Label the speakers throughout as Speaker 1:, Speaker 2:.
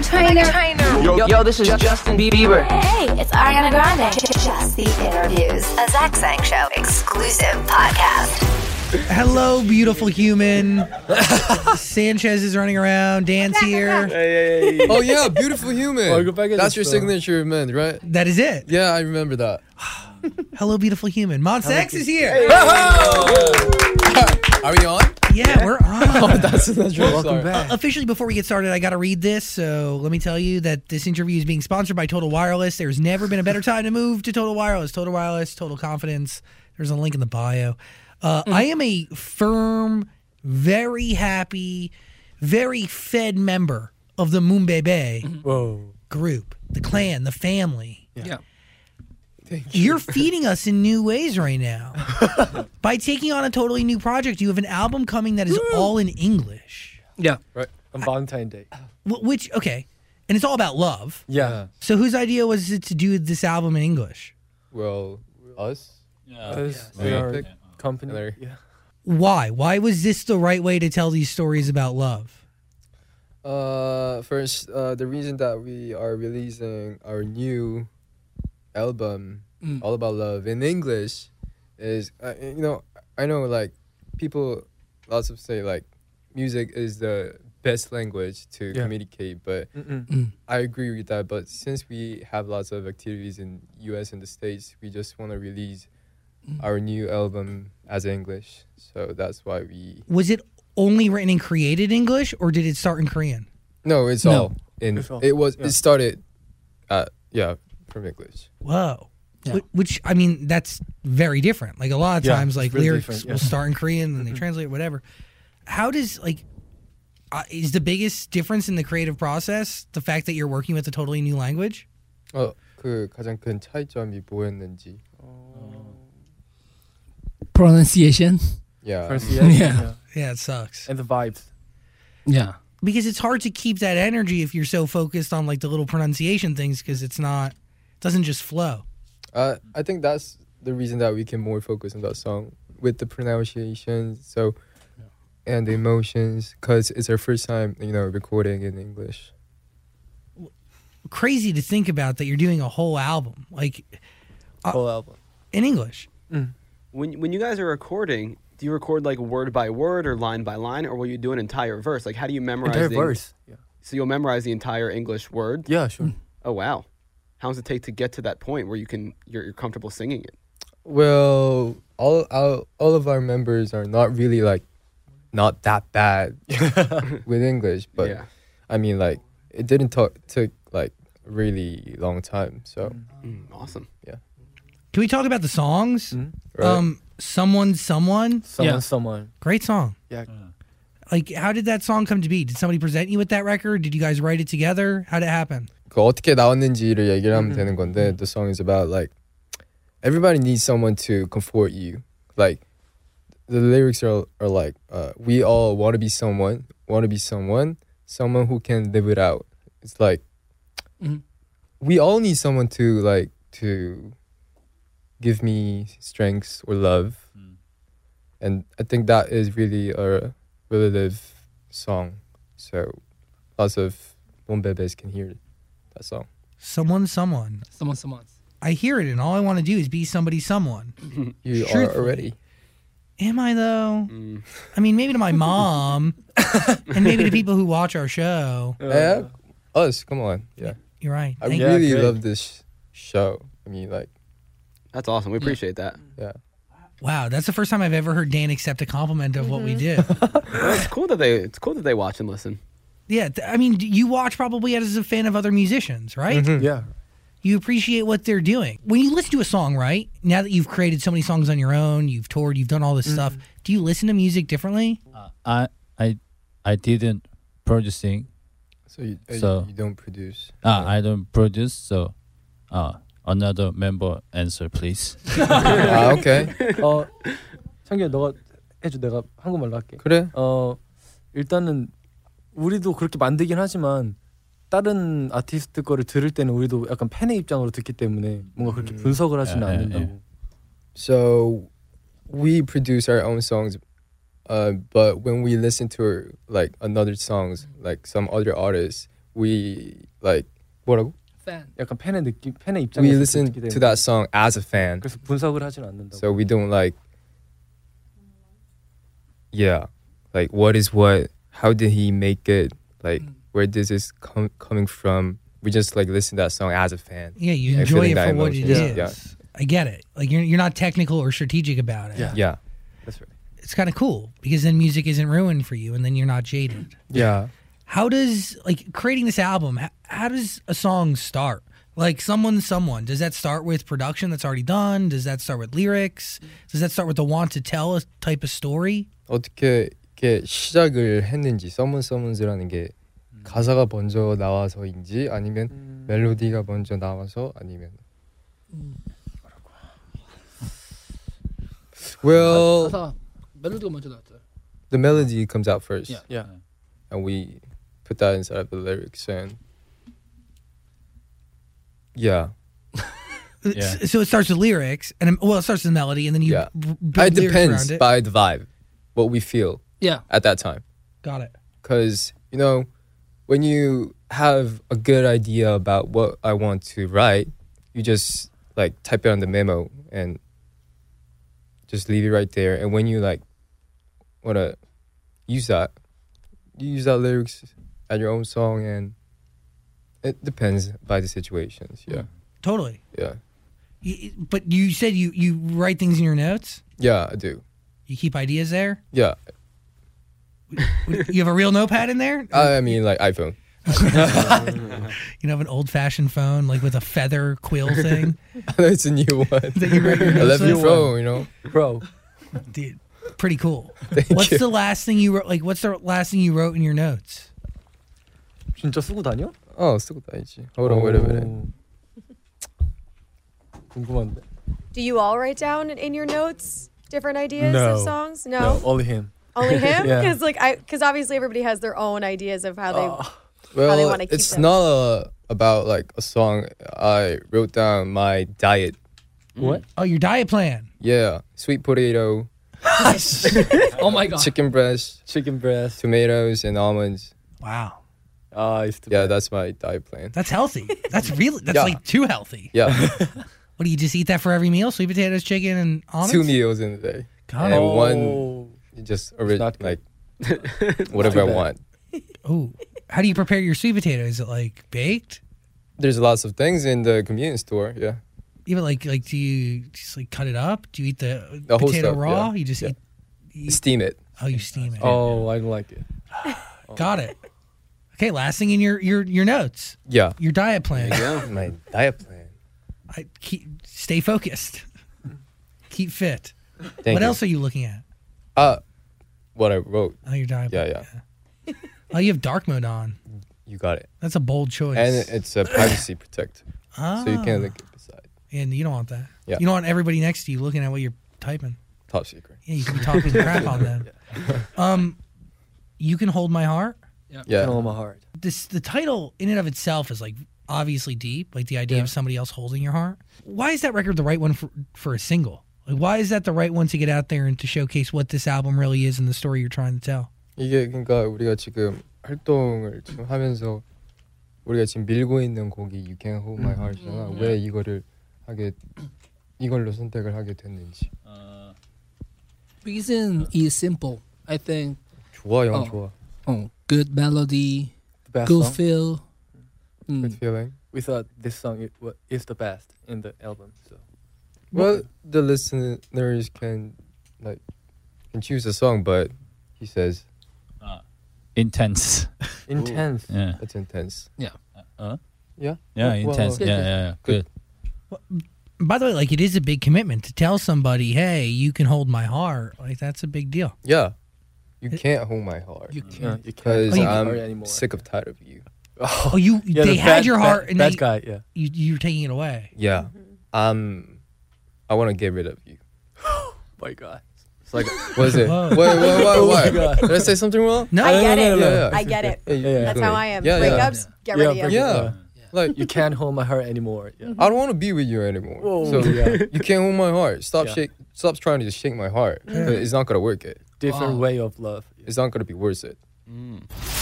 Speaker 1: Trainer. Trainer. Yo, yo, this is Justin Bieber.
Speaker 2: Hey, it's Ariana Grande. Just the interviews, a Zach Sang Show exclusive podcast.
Speaker 3: Hello, beautiful human. Sanchez is running around. Dan's here.
Speaker 4: Oh yeah, beautiful human.
Speaker 5: 얼굴 빨개졌어.
Speaker 4: That's your signature man, right?
Speaker 3: That is it.
Speaker 4: Yeah, I remember that.
Speaker 3: Hello, beautiful human. Monsex is here.
Speaker 4: Are we on?
Speaker 3: Yeah, we're on.
Speaker 4: That's that's your Welcome back.
Speaker 3: Uh, Officially, before we get started, I got to read this. So let me tell you that this interview is being sponsored by Total Wireless. There's never been a better time to move to Total Wireless. Total Wireless, total confidence. There's a link in the bio. Uh,
Speaker 5: Mm-hmm.
Speaker 3: I am a firm, very happy, very fed member of the Mumbebe
Speaker 5: Mm-hmm. Whoa.
Speaker 3: group, the clan, the family.
Speaker 5: Yeah.
Speaker 3: You're feeding us in new ways right now. By taking on a totally new project, you have an album coming that is all in English,
Speaker 5: Yeah.
Speaker 4: Right.
Speaker 5: On Valentine's Day.
Speaker 3: Wh- which, okay, and it's all about love.
Speaker 5: Yeah.
Speaker 3: So, whose idea was it to do this album in English?
Speaker 4: Well, us.
Speaker 5: Us,
Speaker 4: Yeah.
Speaker 5: our
Speaker 4: Yeah.
Speaker 5: company.
Speaker 4: There.
Speaker 5: Yeah.
Speaker 3: Why? Why was this the right way to tell these stories about love?
Speaker 4: Uh, first, uh, the reason that we are releasing our new album, All About Love, in English, is uh, you know I know like people lots of say like music is the best language to
Speaker 5: Yeah.
Speaker 4: communicate, but
Speaker 5: Mm-mm.
Speaker 4: I agree with that. But since we have lots of activities in U.S. and the states, we just want to release our new album as English. So that's why we
Speaker 3: Was it only written and created English, or did it start in Korean?
Speaker 4: no, it's
Speaker 5: No.
Speaker 4: all in.
Speaker 5: It's all-
Speaker 4: It was
Speaker 5: yeah.
Speaker 4: it started, uh, yeah, from English.
Speaker 3: Whoa.
Speaker 5: Yeah.
Speaker 3: Wh- Which I mean, that's very different. Like a lot of
Speaker 5: Yeah,
Speaker 3: times,
Speaker 5: it's
Speaker 3: like
Speaker 5: really
Speaker 3: lyrics
Speaker 5: different,
Speaker 3: will
Speaker 5: yeah. Mm-hmm.
Speaker 3: start in Korean and they translate whatever. How does like uh, is the biggest difference in the creative process the fact that you're working with a totally new language?
Speaker 4: 어그 가장 큰 차이점이 뭐였는지.
Speaker 6: pronunciation.
Speaker 4: Yeah.
Speaker 5: Pronunciation,
Speaker 6: Yeah.
Speaker 3: Yeah, it sucks
Speaker 5: And the vibes.
Speaker 6: Yeah.
Speaker 3: because it's hard to keep that energy if you're so focused on like the little pronunciation things because it's not it doesn't just flow.
Speaker 4: Uh, I think that's the reason that we can more focus on that song with the pronunciations. So. And the emotions, because it's our first time, you know, recording in English.
Speaker 3: Crazy to think about that you're doing a whole album like uh,
Speaker 5: Whole album.
Speaker 3: in English.
Speaker 7: when when you guys are recording, do you record like word by word or line by line, or will you do an entire verse? Like, how do you memorize
Speaker 5: Entire
Speaker 7: the,
Speaker 5: verse. Yeah.
Speaker 7: So you'll memorize the entire English word.
Speaker 5: Yeah, sure.
Speaker 7: Oh wow, how long does it take to get to that point where you can you're, you're comfortable singing it?
Speaker 4: Well, all all, all of our members are not really like not that bad with English, but
Speaker 7: Yeah.
Speaker 4: I mean like it didn't talk, took like really long time. So
Speaker 7: Mm, awesome.
Speaker 3: Can we talk about the songs?
Speaker 5: Mm-hmm.
Speaker 4: right.
Speaker 3: Um, someone, someone,
Speaker 5: Someone,
Speaker 6: Yeah.
Speaker 5: someone.
Speaker 3: great song. Uh,
Speaker 5: Yeah.
Speaker 3: Like, how did that song come to be? Did somebody present you with that record? Did you guys write it together? How did it happen?
Speaker 4: 그 어떻게 나왔는지를 얘기를 하면 되는 건데 the song is about like everybody needs someone to comfort you. Like the lyrics are are like uh, we all want to be someone, want to be someone, someone who can live it out. It's like
Speaker 6: Mhm.
Speaker 4: we all need someone to like to give me strengths or love. And I think that is really a relative song. So lots of Bombebes can hear that song.
Speaker 3: Someone, someone.
Speaker 6: Someone, someone.
Speaker 3: I hear it, and all I want to do is be somebody, someone.
Speaker 4: You
Speaker 3: Truthfully.
Speaker 4: are already.
Speaker 3: Am I though? I mean, maybe to my mom, and maybe to people who watch our show.
Speaker 4: Yeah. Us, come on. Yeah.
Speaker 3: You're right.
Speaker 4: I
Speaker 3: Thank
Speaker 5: Yeah,
Speaker 4: really
Speaker 5: great.
Speaker 4: love this show. I mean, like,
Speaker 7: That's awesome. We appreciate that.
Speaker 4: yeah.
Speaker 3: Wow, that's the first time I've ever heard Dan accept a compliment of what we do.
Speaker 7: It's cool that they it's cool that they watch and listen.
Speaker 3: yeah, th- I mean, you watch probably as a fan of other musicians, right?
Speaker 4: Mm-hmm.
Speaker 5: Yeah.
Speaker 3: you appreciate what they're doing. When you listen to a song, right? Now that you've created so many songs on your own, you've toured, you've done all this stuff,
Speaker 4: Mm-hmm.
Speaker 3: do you listen to music differently?
Speaker 8: I I I didn't producing.
Speaker 4: So you, uh,
Speaker 8: So-
Speaker 4: you, you don't produce.
Speaker 8: Uh, I don't produce, so uh, another member answer please.
Speaker 4: 아, Ah, okay.
Speaker 5: 어, 창규야, 너가 해줘. 내가 한국말로 할게.
Speaker 4: 그래.
Speaker 5: 어 일단은 우리도 그렇게 만들긴 하지만 다른 아티스트 거를 들을 때는 우리도 약간 팬의 입장으로 듣기 때문에 뭔가 그렇게 분석을 하지는
Speaker 8: 예, 예,
Speaker 5: 않는다고.
Speaker 4: So we produce our own songs, uh, but when we listen to like another songs, like some other artists, we like 뭐라고?
Speaker 6: 팬.
Speaker 5: 약간 팬의 느낌, 팬의
Speaker 4: We
Speaker 5: 입장에서
Speaker 4: listen
Speaker 5: 듣기 때문에.
Speaker 4: to that song as a fan,
Speaker 5: 그래서 분석을 하진 않는다고.
Speaker 4: so we don't like. Yeah, like what is what? How did he make it? Like where does this come coming from? We just like listen to that song as a fan.
Speaker 3: Yeah, you
Speaker 4: Yeah,
Speaker 3: enjoy
Speaker 4: feeling
Speaker 3: it
Speaker 4: that
Speaker 3: for what it
Speaker 4: emotion.
Speaker 3: is.
Speaker 4: Yeah.
Speaker 3: I get it. Like you're you're not technical or strategic about it.
Speaker 5: Yeah.
Speaker 4: Yeah,
Speaker 5: That's right.
Speaker 3: It's kind of cool because then music isn't ruined for you, and then you're not jaded.
Speaker 4: yeah.
Speaker 3: How does like creating this album? How, how does a song start? Like someone, someone. Does that start with production that's already done? Does that start with lyrics? Does that start with the want to tell a type of story?
Speaker 4: 어떻게 이렇게 시작을 했는지 Someone Someone's라는 게 가사가 먼저 나와서인지 아니면 멜로디가 먼저 나와서 아니면 Well,
Speaker 6: 가사 멜로디가 먼저 나왔어요.
Speaker 4: the melody comes out first,
Speaker 6: Yeah.
Speaker 5: Yeah.
Speaker 4: and we put that inside of the lyrics and yeah.
Speaker 8: Yeah.
Speaker 3: Uh, S- So it starts with lyrics, and well, it starts with melody, and then you
Speaker 4: Yeah.
Speaker 3: b-
Speaker 4: It
Speaker 3: build lyrics
Speaker 4: depends
Speaker 3: around it.
Speaker 4: by the vibe, what we feel
Speaker 6: Yeah.
Speaker 4: at that time.
Speaker 3: Got it.
Speaker 4: because you know when you have a good idea about what i want to write you just like type it on the memo and just leave it right there and when you like want to use that you use that lyrics at your own song and it depends by the situations yeah
Speaker 3: Totally.
Speaker 4: yeah
Speaker 3: Y- But you said you you write things in your notes.
Speaker 4: yeah i do
Speaker 3: You keep ideas there.
Speaker 4: yeah
Speaker 3: You have a real notepad in there.
Speaker 4: i, I mean like iphone
Speaker 3: You know, have an old fashioned phone like with a feather quill thing.
Speaker 4: it's a new one
Speaker 3: That you write your
Speaker 4: i left
Speaker 3: notes
Speaker 4: your
Speaker 3: with?
Speaker 4: phone you know
Speaker 5: Bro.
Speaker 3: Dude, pretty cool. what's the last thing you wrote? Like, what's the last thing you wrote in your notes?
Speaker 5: 진짜 쓰고 다녀?
Speaker 4: oh 쓰고 다니지 hold on wait a minute
Speaker 5: 오. 궁금한데.
Speaker 9: Do you all write down in your notes different ideas
Speaker 5: No.
Speaker 9: of songs? No,
Speaker 5: only him.
Speaker 9: only him.
Speaker 5: Yeah.
Speaker 9: Because like I, because obviously everybody has their own ideas of how they.
Speaker 4: Well,
Speaker 9: they wanna keep
Speaker 4: it's
Speaker 9: them.
Speaker 4: not uh, about like a song. I wrote down my diet.
Speaker 5: What?
Speaker 3: Oh, your diet plan.
Speaker 4: Yeah, sweet potato,
Speaker 6: Oh my god.
Speaker 4: chicken breast,
Speaker 5: Chicken breast.
Speaker 4: tomatoes, and almonds.
Speaker 3: Wow,
Speaker 5: 아, it's the
Speaker 4: Yeah,
Speaker 5: best.
Speaker 4: that's my diet plan.
Speaker 3: that's healthy. That's really that's
Speaker 4: Yeah.
Speaker 3: like too healthy.
Speaker 4: Yeah,
Speaker 3: What do you just eat that for every meal? Sweet potatoes, chicken, and almonds.
Speaker 4: two meals in a day,
Speaker 3: God.
Speaker 4: and
Speaker 5: Oh.
Speaker 4: one just ori-
Speaker 5: not
Speaker 4: like
Speaker 5: good.
Speaker 4: whatever I
Speaker 5: bad.
Speaker 4: want.
Speaker 3: Ooh, how do you prepare your sweet potato? Is it like baked?
Speaker 4: There's lots of things in the convenience store. Yeah,
Speaker 3: Even like like do you just like cut it up? Do you eat the,
Speaker 4: The whole
Speaker 3: potato
Speaker 4: stuff,
Speaker 3: raw?
Speaker 4: yeah.
Speaker 3: You just
Speaker 4: Yeah.
Speaker 3: eat. you-
Speaker 4: steam it.
Speaker 3: oh, you steam it.
Speaker 5: Oh, I don't like it.
Speaker 3: Got it. Okay, last thing in your your your notes,
Speaker 4: Yeah,
Speaker 3: your diet plan.
Speaker 7: Yeah.
Speaker 4: my diet plan.
Speaker 3: I keep stay focused. keep fit.
Speaker 4: Thank
Speaker 3: what
Speaker 4: you.
Speaker 3: else are you looking at?
Speaker 4: Uh, what I wrote.
Speaker 3: Oh, your diet
Speaker 4: Yeah,
Speaker 3: plan.
Speaker 4: yeah,
Speaker 3: Oh, you have dark mode on.
Speaker 4: you got it.
Speaker 3: That's a bold choice.
Speaker 4: And it's a privacy protect,
Speaker 3: ah,
Speaker 4: so you can't look at the side.
Speaker 3: And you don't want that.
Speaker 4: Yeah.
Speaker 3: You don't want everybody next to you looking at what you're typing.
Speaker 4: Top secret.
Speaker 3: Yeah, you can be talking crap on them. Um, you can hold my heart.
Speaker 5: Yeah.
Speaker 4: Yeah,
Speaker 5: on my heart.
Speaker 3: This the title in and of itself is like obviously deep, like the idea
Speaker 5: Yeah.
Speaker 3: of somebody else holding your heart. Why is that record the right one for for a single? Like, why is that the right one to get out there and to showcase what this album really is and the story you're trying to tell?
Speaker 4: 이게 그러니까 우리가 지금 활동을 지금 하면서 우리가 지금 밀고 있는 곡이 You Can Hold My Heart잖아. 왜 이거를 하게 이걸로 선택을 하게 됐는지.
Speaker 6: Reason is simple. I think
Speaker 4: 좋아, 영
Speaker 6: 어.
Speaker 4: 좋아.
Speaker 6: oh, good melody,
Speaker 5: The best
Speaker 6: good
Speaker 5: song.
Speaker 6: feel. Mm. 음.
Speaker 4: Good feeling.
Speaker 5: We thought this song i- wa- is the best in the album. So.
Speaker 4: Well, the listeners can like can choose a song, but he says
Speaker 8: intense.
Speaker 5: Intense.
Speaker 8: Yeah.
Speaker 4: that's intense.
Speaker 8: Uh,
Speaker 4: Yeah.
Speaker 8: yeah,
Speaker 4: Well,
Speaker 8: intense.
Speaker 4: well,
Speaker 8: yeah, yeah, yeah. Good.
Speaker 3: By the way, like it is a big commitment to tell somebody, "Hey, you can hold my heart." Like that's a big deal.
Speaker 4: Yeah. You can't hold my heart
Speaker 5: You can't. You can't.
Speaker 4: because
Speaker 5: hold my heart
Speaker 4: I'm sick of tired of you.
Speaker 3: Oh, you
Speaker 5: Yeah, the
Speaker 3: they had
Speaker 5: bad-
Speaker 3: your heart
Speaker 5: bad,
Speaker 3: and
Speaker 5: bad
Speaker 3: they,
Speaker 5: guy. Yeah.
Speaker 3: you you're taking it away.
Speaker 4: Yeah, I'm. I want to get rid of you.
Speaker 5: My God.
Speaker 7: It's like
Speaker 4: What is it?
Speaker 3: Whoa.
Speaker 4: Wait, wait, wait,
Speaker 5: Oh my
Speaker 4: wait.
Speaker 5: God.
Speaker 4: Did I say something wrong?
Speaker 3: No,
Speaker 9: I get it.
Speaker 4: no, no, no.
Speaker 9: I get it.
Speaker 4: Yeah,
Speaker 5: yeah.
Speaker 9: That's how I am.
Speaker 4: Yeah, yeah.
Speaker 9: Breakups, get rid of
Speaker 5: break
Speaker 9: you.
Speaker 5: it
Speaker 4: Yeah.
Speaker 5: up.
Speaker 4: Like
Speaker 5: You can't hold my heart anymore.
Speaker 3: Mm.
Speaker 5: Yeah.
Speaker 4: I don't want to be with you anymore.
Speaker 5: Whoa.
Speaker 4: So
Speaker 5: Yeah.
Speaker 4: you can't hold my heart. Stop
Speaker 5: Yeah.
Speaker 4: shake. Stop trying to just shake my heart. 'cause It's not gonna work. It.
Speaker 5: Different
Speaker 6: Wow.
Speaker 5: way of love. Yeah.
Speaker 4: It's not gonna be worth it.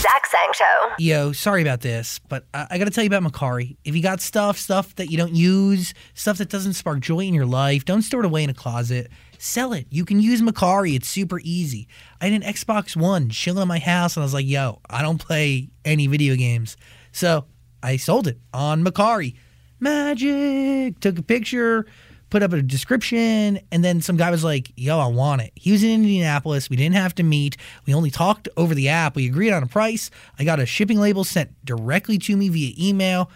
Speaker 2: Zach Sang Show.
Speaker 3: Yo, sorry about this, but I, I got to tell you about Macari. If you got stuff, stuff that you don't use, stuff that doesn't spark joy in your life, don't store it away in a closet. Sell it. You can use Macari. It's super easy. I had an Xbox One chilling in my house, and I was like, yo, I don't play any video games. So I sold it on Macari. Magic. Took a picture, put up a description, and then some guy was like, yo, I want it. He was in Indianapolis. We didn't have to meet. We only talked over the app. We agreed on a price. I got a shipping label sent directly to me via email,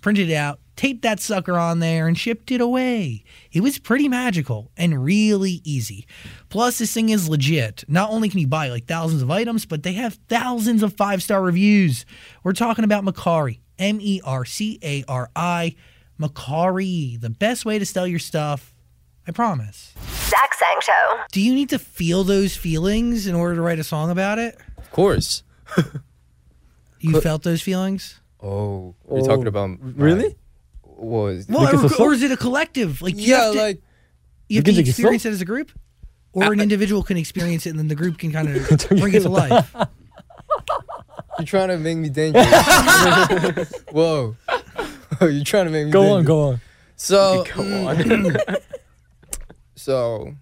Speaker 3: printed it out, taped that sucker on there, and shipped it away. It was pretty magical and really easy. Plus, this thing is legit. Not only can you buy like thousands of items, but they have thousands of five star reviews. We're talking about Macari, M E R C A R I. Macari, the best way to sell your stuff. I promise.
Speaker 2: Zach Sang Show.
Speaker 3: Do you need to feel those feelings in order to write a song about it?
Speaker 4: Of course.
Speaker 3: You felt those feelings?
Speaker 4: Oh, you're talking
Speaker 5: Oh,
Speaker 4: about my-
Speaker 5: really?
Speaker 4: What is
Speaker 3: Well,
Speaker 5: Because
Speaker 3: or,
Speaker 5: of
Speaker 3: or
Speaker 5: song?
Speaker 3: is it a collective? Like you
Speaker 4: yeah,
Speaker 3: have to,
Speaker 4: like
Speaker 3: you have
Speaker 5: because
Speaker 3: to
Speaker 5: of the
Speaker 3: experience it as a group, or an individual can experience it and then the group can kind of bring it to life.
Speaker 4: you're trying to make me dangerous. Whoa, you're trying to make me.
Speaker 5: Go
Speaker 4: dangerous.
Speaker 5: on, go on.
Speaker 4: So, mm,
Speaker 7: Go on.
Speaker 4: so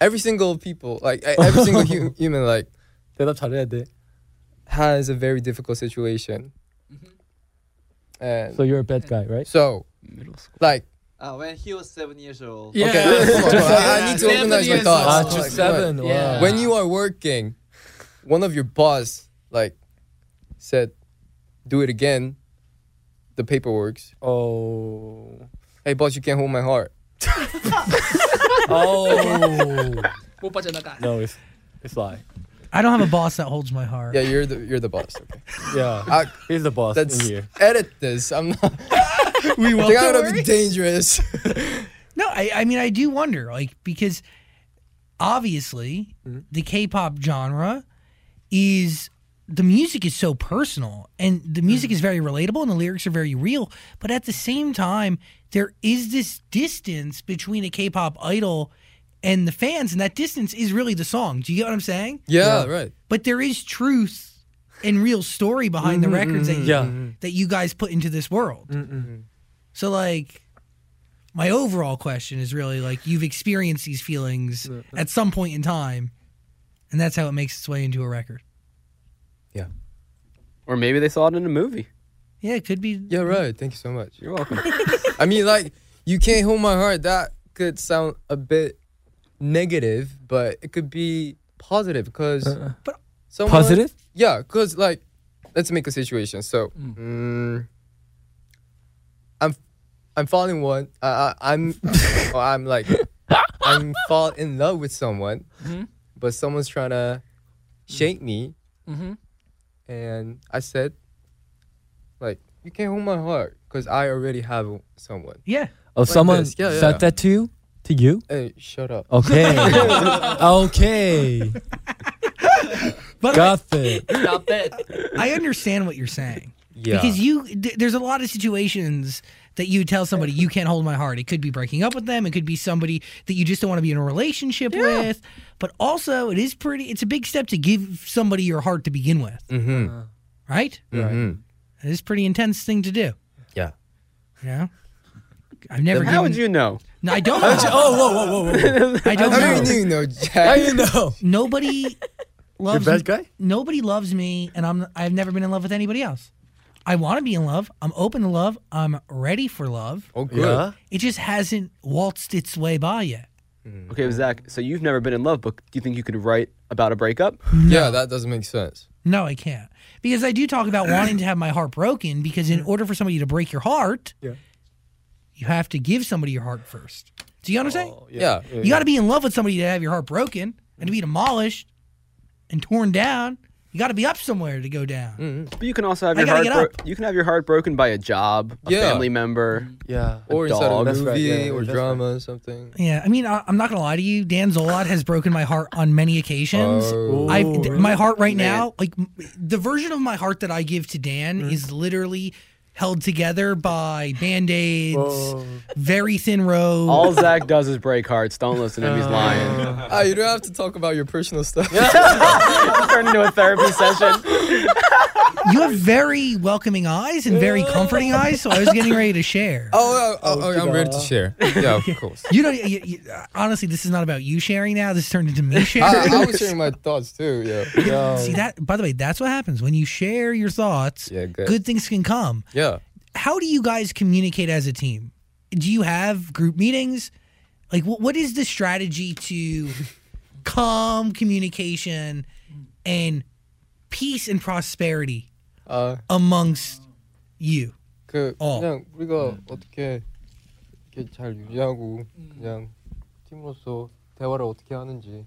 Speaker 4: every single people, like e- every single hu- human, like
Speaker 5: 대답 잘해야 돼.
Speaker 4: has a very difficult situation.
Speaker 6: Mm-hmm.
Speaker 4: And
Speaker 5: So you're a bad guy, right?
Speaker 4: so,
Speaker 7: Middle school.
Speaker 4: like,
Speaker 10: Uh, when he was seven years old.
Speaker 6: Yeah.
Speaker 4: okay, hold on, hold on, I, I need to
Speaker 6: Seven
Speaker 4: organize my
Speaker 6: years
Speaker 5: Ah,
Speaker 6: old.
Speaker 4: thoughts.
Speaker 5: to
Speaker 4: Like,
Speaker 5: seven.
Speaker 6: what?
Speaker 5: Wow.
Speaker 6: Yeah.
Speaker 4: When you are working, one of your boss like said, "Do it again." The paperwork's.
Speaker 5: Oh.
Speaker 4: Hey, boss, you can't hold my heart.
Speaker 5: Oh.
Speaker 6: 못 빠져나가.
Speaker 5: no, it's it's lie.
Speaker 3: I don't have a boss that holds my heart.
Speaker 4: Yeah, you're the you're the boss. Okay.
Speaker 5: Yeah.
Speaker 4: I,
Speaker 5: He's the boss in
Speaker 4: that's
Speaker 5: here.
Speaker 4: edit this. I'm not. we won't. I gotta be dangerous.
Speaker 3: No, I, I mean I do wonder, like because obviously the K-pop genre is the music is so personal and the music is very relatable and the lyrics are very real, but at the same time there is this distance between a K-pop idol and the fans and that distance is really the song. Do you get what I'm saying?
Speaker 4: yeah, right.
Speaker 3: But there is truth and real story behind the records that you,
Speaker 5: Yeah.
Speaker 3: that you guys put into this world. So like my overall question is really like you've experienced these feelings at some point in time and that's how it makes its way into a record.
Speaker 7: Or maybe they saw it in a movie.
Speaker 3: Yeah, it could be
Speaker 4: Yeah, right. Thank you so much.
Speaker 7: You're welcome.
Speaker 4: I mean, like, you can't hold my heart. That could sound a bit negative, but it could be positive because
Speaker 3: But-
Speaker 4: someone-
Speaker 5: Positive?
Speaker 4: Yeah, because like, let's make a situation. So, mm, I'm I'm falling one. Uh, I'm or I'm like I'm fall in love with someone, but someone's trying to shake me, and I said, like, you can't hold my heart because I already have someone.
Speaker 3: Yeah.
Speaker 5: Oh, someone
Speaker 4: this. Yeah, yeah,
Speaker 5: said
Speaker 4: yeah.
Speaker 5: that to you? To you?
Speaker 4: Hey, shut up.
Speaker 5: Okay. okay.
Speaker 3: But
Speaker 5: Got it.
Speaker 6: Stop it.
Speaker 3: I understand what you're saying.
Speaker 4: Yeah.
Speaker 3: Because you th- there's a lot of situations that you tell somebody you can't hold my heart. It could be breaking up with them, it could be somebody that you just don't want to be in a relationship with, but also it is pretty it's a big step to give somebody your heart to begin with, Uh-huh.
Speaker 4: Mm-hmm.
Speaker 3: right?
Speaker 4: Mm-hmm.
Speaker 3: It is a pretty intense thing to do.
Speaker 4: Yeah.
Speaker 3: You know? I've never
Speaker 7: How would
Speaker 3: given-
Speaker 7: you know?
Speaker 3: No, I don't know. oh, whoa, whoa, whoa, whoa. I don't
Speaker 4: How
Speaker 3: know.
Speaker 4: do you know, Jack?
Speaker 5: you know?
Speaker 3: Nobody loves me.
Speaker 5: guy?
Speaker 3: nobody loves me and I'm I've never been in love with anybody else. I want to be in love. I'm open to love. I'm ready for love.
Speaker 4: Oh, good.
Speaker 5: Yeah.
Speaker 3: It just hasn't waltzed its way by yet.
Speaker 7: Okay, Zach. So you've never been in love, but do you think you could write about a breakup?
Speaker 4: Yeah, that doesn't make sense.
Speaker 3: No, I can't. Because I do talk about wanting to have my heart broken because in order for somebody to break your heart,
Speaker 5: Yeah.
Speaker 3: you have to give somebody your heart first. Do you understand?
Speaker 4: Oh, Yeah.
Speaker 3: You got to be in love with somebody to have your heart broken and to be demolished and torn down. You got to be up somewhere to go
Speaker 4: Mm.
Speaker 3: down.
Speaker 7: But you can also have
Speaker 3: I
Speaker 7: your
Speaker 3: gotta
Speaker 7: heart.
Speaker 3: get up.
Speaker 7: Bro- you can have your heart broken by a job, a
Speaker 4: Yeah.
Speaker 7: family member.
Speaker 5: Yeah.
Speaker 4: Or inside
Speaker 7: dog.
Speaker 4: a
Speaker 5: That's
Speaker 4: movie
Speaker 5: right, yeah,
Speaker 4: or
Speaker 5: that's right.
Speaker 4: drama or something.
Speaker 3: Yeah, I mean, I, I'm not gonna lie to you. Dan Zolot has broken my heart on many occasions.
Speaker 4: Oh.
Speaker 3: I
Speaker 5: Ooh,
Speaker 3: th- my heart right now, like m- the version of my heart that I give to Dan, is literally held together by band aids,
Speaker 5: Whoa.
Speaker 3: very thin row.
Speaker 7: All Zach does is break hearts. Don't listen to him. He's lying.
Speaker 4: Ah, you don't have to talk about your personal stuff.
Speaker 7: Turned into a therapy session.
Speaker 3: you have very welcoming eyes and very comforting eyes, so I was getting ready to share.
Speaker 4: Oh, oh, oh, oh, I'm ready to share. Yeah, of course.
Speaker 3: You don't. You, you, honestly, this is not about you sharing now. This turned into me
Speaker 4: I,
Speaker 3: sharing.
Speaker 4: Ah, I was sharing my thoughts too. Yeah.
Speaker 3: See that? By the way, that's what happens when you share your thoughts.
Speaker 4: Yeah, good.
Speaker 3: things can come.
Speaker 4: Yeah.
Speaker 3: How do you guys communicate as a team? Do you have group meetings? Like, what, what is the strategy to calm communication and peace and prosperity
Speaker 4: 아,
Speaker 3: amongst you?
Speaker 4: 그
Speaker 3: 어.
Speaker 4: 그냥 우리가 어떻게 이렇게 잘 유지하고 그냥 팀으로서 대화를 어떻게 하는지.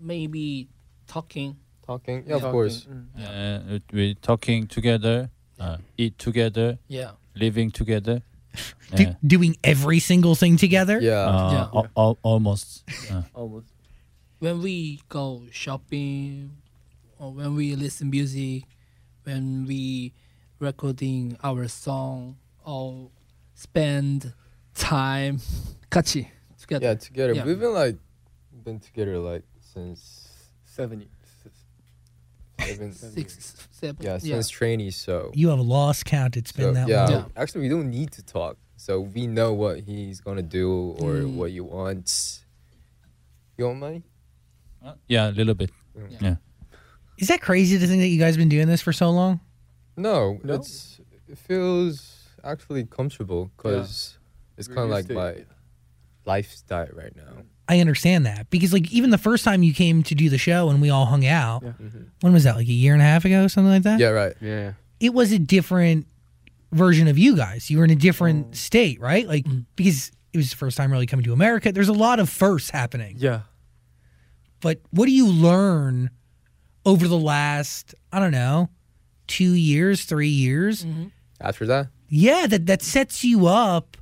Speaker 6: Maybe talking.
Speaker 4: Talking. Yeah, of course.
Speaker 8: Uh, we're talking together, uh, eat together,
Speaker 6: Yeah.
Speaker 8: living together.
Speaker 3: Do-
Speaker 8: Yeah.
Speaker 3: doing every single thing together?
Speaker 4: Yeah.
Speaker 8: Uh,
Speaker 6: Yeah.
Speaker 8: al- al- almost. Uh,
Speaker 5: almost.
Speaker 6: When we go shopping, or when we listen music, when we recording our song, or spend time 같이 together.
Speaker 4: Yeah, together.
Speaker 6: Yeah.
Speaker 4: We've been like been together like since
Speaker 5: Seventy.
Speaker 4: seven.
Speaker 6: Six, seven.
Speaker 4: Yeah, since trainees. So.
Speaker 3: You have lost count. It's been
Speaker 4: So,
Speaker 3: that
Speaker 4: yeah,
Speaker 3: long.
Speaker 6: Yeah.
Speaker 4: actually, we don't need to talk. So we know what he's gonna do or
Speaker 6: Mm.
Speaker 4: what you want. You want money?
Speaker 8: yeah, a little bit. Yeah.
Speaker 3: Is that crazy to think that you guys been doing this for so long?
Speaker 4: No, it's it feels actually comfortable because it's
Speaker 5: We're
Speaker 4: kind of like
Speaker 5: used to
Speaker 4: my lifestyle right now.
Speaker 3: I understand that because like even the first time you came to do the show and we all hung out, when was that? Like a year and a half ago, something like that.
Speaker 4: Mm-hmm. Yeah, right.
Speaker 7: Yeah.
Speaker 3: It was a different version of you guys. You were in a different state, right? Like because it was the first time really coming to America. There's a lot of firsts happening.
Speaker 5: Yeah.
Speaker 3: But what do you learn over the last I don't know two years, three years?
Speaker 4: After that,
Speaker 3: Yeah, that that sets you up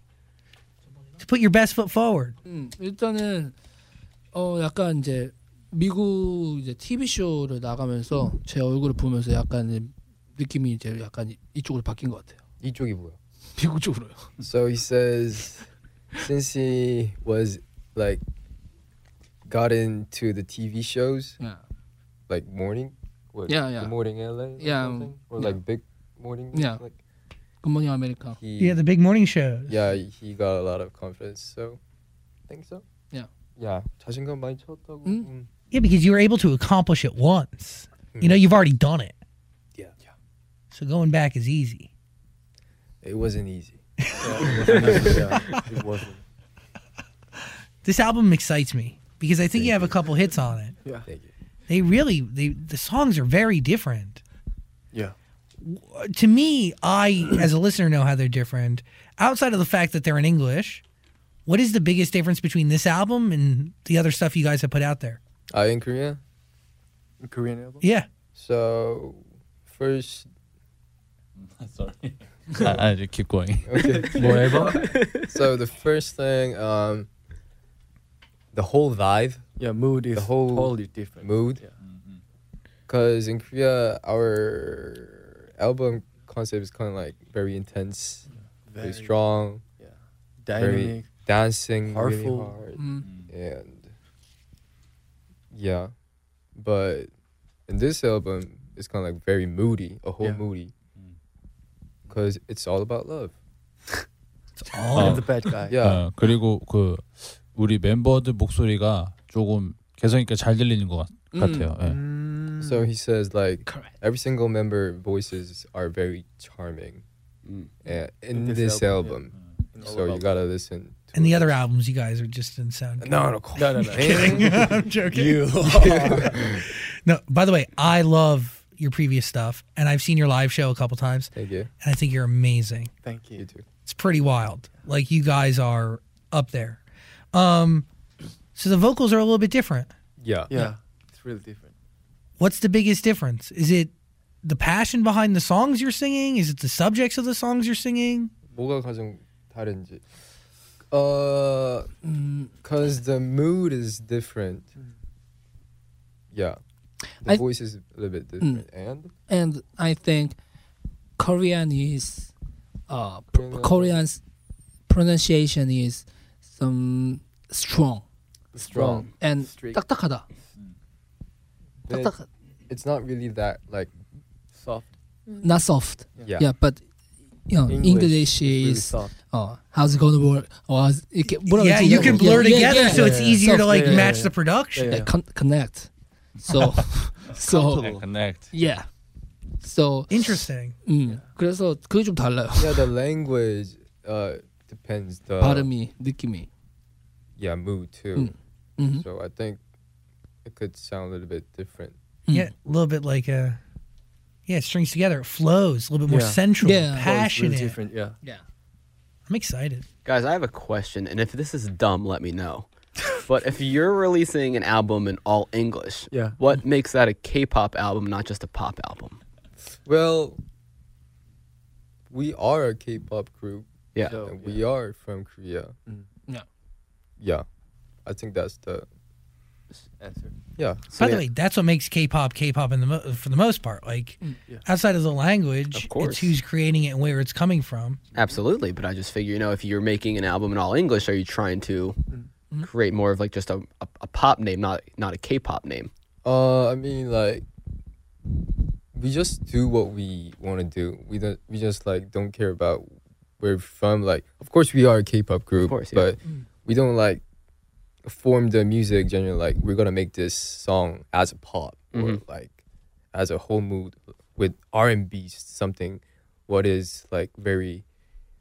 Speaker 3: to put your best foot forward.
Speaker 6: 음, 일단은 어 약간 이제 미국 이제 TV 쇼를 나가면서 제 얼굴을 보면서 약간 이제 느낌이 이제 약간 이- 이쪽으로 바뀐 것 같아요.
Speaker 4: 이쪽이 뭐야?
Speaker 6: 미국 쪽으로요.
Speaker 4: So he says, since he was like got into the TV shows,
Speaker 6: Yeah.
Speaker 4: like morning, what,
Speaker 6: Yeah,
Speaker 4: Good
Speaker 6: yeah.
Speaker 4: morning LA, or
Speaker 6: Yeah, um,
Speaker 4: something? or
Speaker 6: yeah.
Speaker 4: like big morning,
Speaker 6: Yeah.
Speaker 4: like
Speaker 6: 굿모닝 아메리카.
Speaker 4: he,
Speaker 3: Yeah, the big morning shows.
Speaker 4: yeah, he got a lot of confidence. So, I think so.
Speaker 6: Yeah.
Speaker 4: Yeah. 자신감 많이 채웠다고.
Speaker 6: 음?
Speaker 4: 음.
Speaker 3: Yeah, because you were able to accomplish it once. You know, you've already done it.
Speaker 4: Yeah. yeah.
Speaker 3: So going back is easy.
Speaker 4: It wasn't easy.
Speaker 5: It wasn't.
Speaker 3: This album excites me because I think you have a couple hits on it.
Speaker 4: Thank you.
Speaker 3: They really they the songs are very different.
Speaker 5: Yeah.
Speaker 3: W- To me, I as a listener know how they're different. Outside of the fact that they're in English, what is the biggest difference between this album and the other stuff you guys have put out there?
Speaker 4: Uh, in Korea,
Speaker 5: Korean album.
Speaker 3: Yeah.
Speaker 4: so first,
Speaker 8: Sorry. I, I keep going.
Speaker 4: so the first thing, um, the whole vibe,
Speaker 5: Yeah. Mood is
Speaker 4: The whole
Speaker 5: totally different.
Speaker 4: mood.
Speaker 5: Yeah.
Speaker 4: because Mm-hmm. in Korea our album concept is kind of like very intense,
Speaker 5: Very
Speaker 4: very, strong,
Speaker 5: Dynamic.
Speaker 4: very dancing, really
Speaker 5: powerful.
Speaker 4: hard,
Speaker 6: 음,
Speaker 4: and yeah. But in this album, it's kind of like very moody, a whole
Speaker 5: Yeah.
Speaker 4: moody, because it's all about love.
Speaker 8: 어,
Speaker 5: And the bad guy.
Speaker 4: Yeah.
Speaker 8: 어, 그리고 그 우리 멤버들 목소리가 조금 개성 있게 잘 들리는 것 같, 같아요. 예.
Speaker 9: 음.
Speaker 5: Mm.
Speaker 4: So he says like
Speaker 6: correct.
Speaker 4: every single member voices are very charming, and in
Speaker 5: this
Speaker 4: this,
Speaker 5: album, Mm.
Speaker 4: album. So you gotta listen. To
Speaker 3: And the
Speaker 4: it.
Speaker 3: other albums you guys are just in sound.
Speaker 4: No,
Speaker 5: No,
Speaker 4: no,
Speaker 5: no, no.
Speaker 3: I'm joking. no, by the way, I love your previous stuff, and I've seen your live show a couple times,
Speaker 4: Thank you.
Speaker 3: and I think you're amazing.
Speaker 5: Thank
Speaker 4: You
Speaker 5: you.
Speaker 4: too.
Speaker 3: It's pretty wild. Like you guys are up there. Um, so the vocals are a little bit different.
Speaker 4: Yeah.
Speaker 5: Yeah. It's really different.
Speaker 3: What's the biggest difference? Is it the passion behind the songs you're singing? Is it the subjects of the songs you're singing?
Speaker 4: 뭐가 가장 다른지. Uh, cause the mood is different. Yeah, the
Speaker 6: I-
Speaker 4: voice is a little bit different, and
Speaker 6: And I think Korean is uh, pr-
Speaker 4: Yeah, yeah.
Speaker 6: Korean s- pronunciation is some strong
Speaker 4: strong.
Speaker 6: and
Speaker 4: Strict.
Speaker 6: 딱딱하다.
Speaker 4: Then
Speaker 6: 딱딱
Speaker 4: It's not really that like
Speaker 5: soft.
Speaker 6: not soft.
Speaker 4: yeah.
Speaker 6: Yeah, but you know English,
Speaker 4: English
Speaker 5: Really
Speaker 6: is
Speaker 5: soft.
Speaker 6: 어, how's it gonna work? 어, how's it ca- 뭐라
Speaker 3: yeah,
Speaker 6: 그러지?
Speaker 3: you can blur
Speaker 6: Yeah,
Speaker 3: together,
Speaker 6: yeah,
Speaker 3: so
Speaker 6: yeah,
Speaker 3: it's
Speaker 6: yeah.
Speaker 3: easier to like
Speaker 5: yeah, yeah,
Speaker 3: match
Speaker 5: yeah.
Speaker 3: the production.
Speaker 5: Yeah,
Speaker 6: yeah, con- connect. So so
Speaker 10: Comfortable.
Speaker 8: connect.
Speaker 6: yeah. So
Speaker 3: Interesting.
Speaker 6: 음, 그래서 그게 좀 달라요.
Speaker 4: Yeah, the language uh depends the
Speaker 6: 발음이 느낌이.
Speaker 4: yeah mood too.
Speaker 6: Mm. 음.
Speaker 4: So I think it could sound a little bit different.
Speaker 6: Mm.
Speaker 3: Yeah, a little bit like uh yeah, it strings together, it flows a little bit more
Speaker 5: Yeah.
Speaker 3: central,
Speaker 5: Oh,
Speaker 6: Yeah. Flows
Speaker 5: it's really
Speaker 3: passionate.
Speaker 5: different. Yeah.
Speaker 6: Yeah.
Speaker 3: I'm excited.
Speaker 7: Guys, I have a question, and if this is dumb, let me know. but if you're releasing an album in all English,
Speaker 5: Yeah.
Speaker 7: what makes that a K-pop album, not just a pop album?
Speaker 4: Well, we are a K-pop group.
Speaker 7: Yeah.
Speaker 5: So,
Speaker 4: and We are from Korea.
Speaker 5: Mm.
Speaker 6: Yeah.
Speaker 4: Yeah, I think that's the
Speaker 5: Answer.
Speaker 4: yeah.
Speaker 7: So,
Speaker 3: By the
Speaker 7: yeah,
Speaker 3: way, that's what makes K-pop K-pop in the mo- for the most part. Like
Speaker 5: yeah.
Speaker 3: outside of the language,
Speaker 7: Of course.
Speaker 3: it's who's creating it and where it's coming from.
Speaker 7: absolutely. But I just figure, you know, if you're making an album in all English, are you trying to create more of like just a, a, a pop name, not not a K-pop name?
Speaker 4: Uh, I mean, like, we just do what we want to do. We don't. We just like don't care about where we're from. Like, of course, we are a K-pop group,
Speaker 7: course, yeah.
Speaker 4: but we don't like form the music genre. Like, we're gonna make this song as a pop or
Speaker 7: Mm-hmm.
Speaker 4: like as a whole mood with R and B something. What is like very